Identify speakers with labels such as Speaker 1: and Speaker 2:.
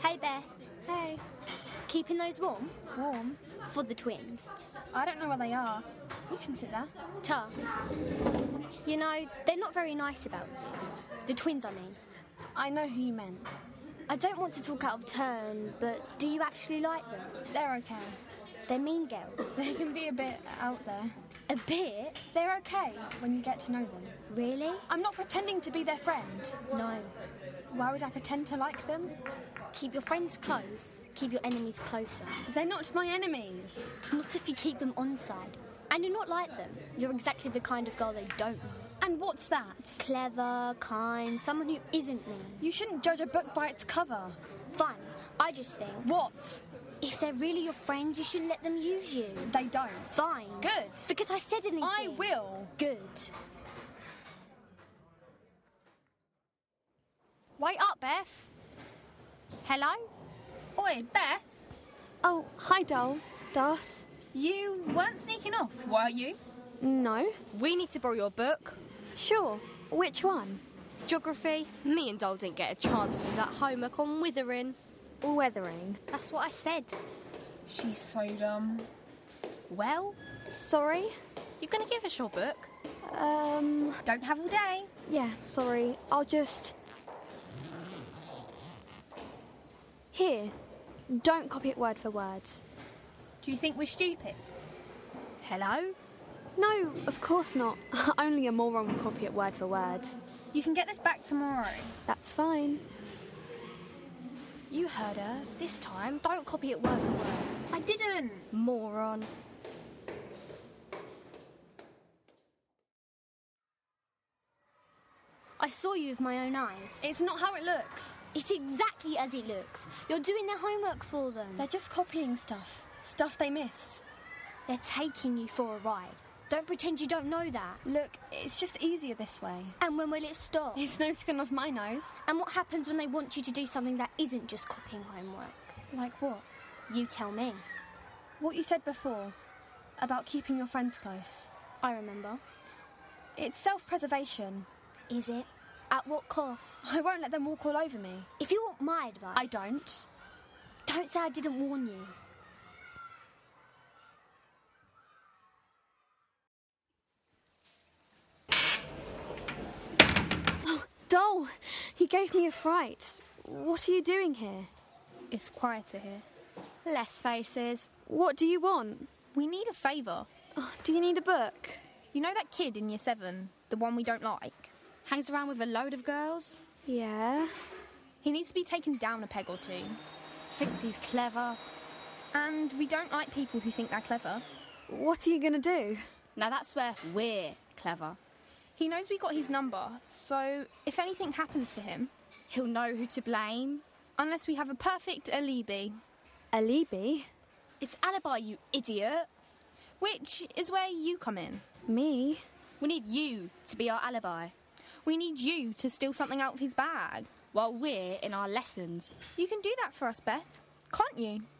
Speaker 1: Hey Beth,
Speaker 2: Hey,
Speaker 1: keeping those warm
Speaker 2: warm.
Speaker 1: for the twins.
Speaker 2: I don't know where they are. You can sit there.
Speaker 1: Tough. You know, they're not very nice about you. The twins, I mean.
Speaker 2: I know who you meant.
Speaker 1: I don't want to talk out of turn, but do you actually like them?
Speaker 2: They're okay.
Speaker 1: They're mean girls.
Speaker 2: They can be a bit out there.
Speaker 1: A bit?
Speaker 2: They're okay when you get to know them.
Speaker 1: Really?
Speaker 2: I'm not pretending to be their friend.
Speaker 1: No.
Speaker 2: Why would I pretend to like them?
Speaker 1: Keep your friends close, keep your enemies closer.
Speaker 2: They're not my enemies.
Speaker 1: Not if you keep them on side. And you're not like them. You're exactly the kind of girl they don't know.
Speaker 2: And what's that?
Speaker 1: Clever, kind, someone who isn't mean.
Speaker 2: You shouldn't judge a book by its cover.
Speaker 1: Fine. I just think
Speaker 2: What?
Speaker 1: if they're really your friends, you shouldn't let them use you.
Speaker 2: They don't.
Speaker 1: Fine.
Speaker 2: Good.
Speaker 1: Because I said anything.
Speaker 2: I will.
Speaker 1: Good.
Speaker 2: Wait up, Beth.
Speaker 1: Hello?
Speaker 2: Oi, Beth.
Speaker 1: Oh, hi, doll. Das?
Speaker 2: You weren't sneaking off, were you?
Speaker 1: No.
Speaker 3: We need to borrow your book.
Speaker 1: Sure. Which one?
Speaker 3: Geography. Me and Dole didn't get a chance to do that homework on withering.
Speaker 1: Weathering. That's what I said.
Speaker 2: She's so dumb.
Speaker 3: Well,
Speaker 1: Sorry?
Speaker 3: you're going to give us your book.
Speaker 1: Um,
Speaker 2: Don't have all day.
Speaker 1: yeah, sorry. I'll just. Here. Don't copy it word for word.
Speaker 2: Do you think we're stupid?
Speaker 3: Hello?
Speaker 1: No, of course not. Only a moron will copy it word for word.
Speaker 2: You can get this back tomorrow.
Speaker 1: That's fine.
Speaker 3: You heard her. This time, don't copy it word for word.
Speaker 2: I didn't.
Speaker 3: Moron.
Speaker 1: I saw you with my own eyes.
Speaker 2: It's not how it looks.
Speaker 1: It's exactly as it looks. You're doing their homework for them.
Speaker 2: They're just copying stuff. Stuff they missed.
Speaker 1: They're taking you for a ride. Don't pretend you don't know that.
Speaker 2: Look, it's just easier this way.
Speaker 1: And when will it stop?
Speaker 2: It's no skin off my nose.
Speaker 1: And what happens when they want you to do something that isn't just copying homework?
Speaker 2: Like what?
Speaker 1: You tell me.
Speaker 2: What you said before about keeping your friends close.
Speaker 1: I remember.
Speaker 2: It's self preservation.
Speaker 1: Is it? At what cost?
Speaker 2: I won't let them walk all over me.
Speaker 1: If you want my advice.
Speaker 2: I don't.
Speaker 1: Don't say I didn't warn you. Oh,
Speaker 4: Doll, you gave me a fright. What are you doing here?
Speaker 3: It's quieter here. Less faces.
Speaker 4: What do you want?
Speaker 3: We need a favour.
Speaker 4: Oh, do you need a book?
Speaker 3: You know that kid in year seven, the one we don't like? Hangs around with a load of girls.
Speaker 4: Yeah.
Speaker 3: He needs to be taken down a peg or two. Thinks he's clever. And we don't like people who think they're clever.
Speaker 4: What are you gonna do?
Speaker 3: Now that's where we're clever. He knows we got his number, so if anything happens to him, he'll know who to blame. Unless we have a perfect alibi.
Speaker 4: Alibi?
Speaker 3: It's alibi, you idiot. Which is where you come in.
Speaker 4: Me?
Speaker 3: We need you to be our alibi. We need you to steal something out of his bag while we're in our lessons. You can do that for us, Beth, can't you?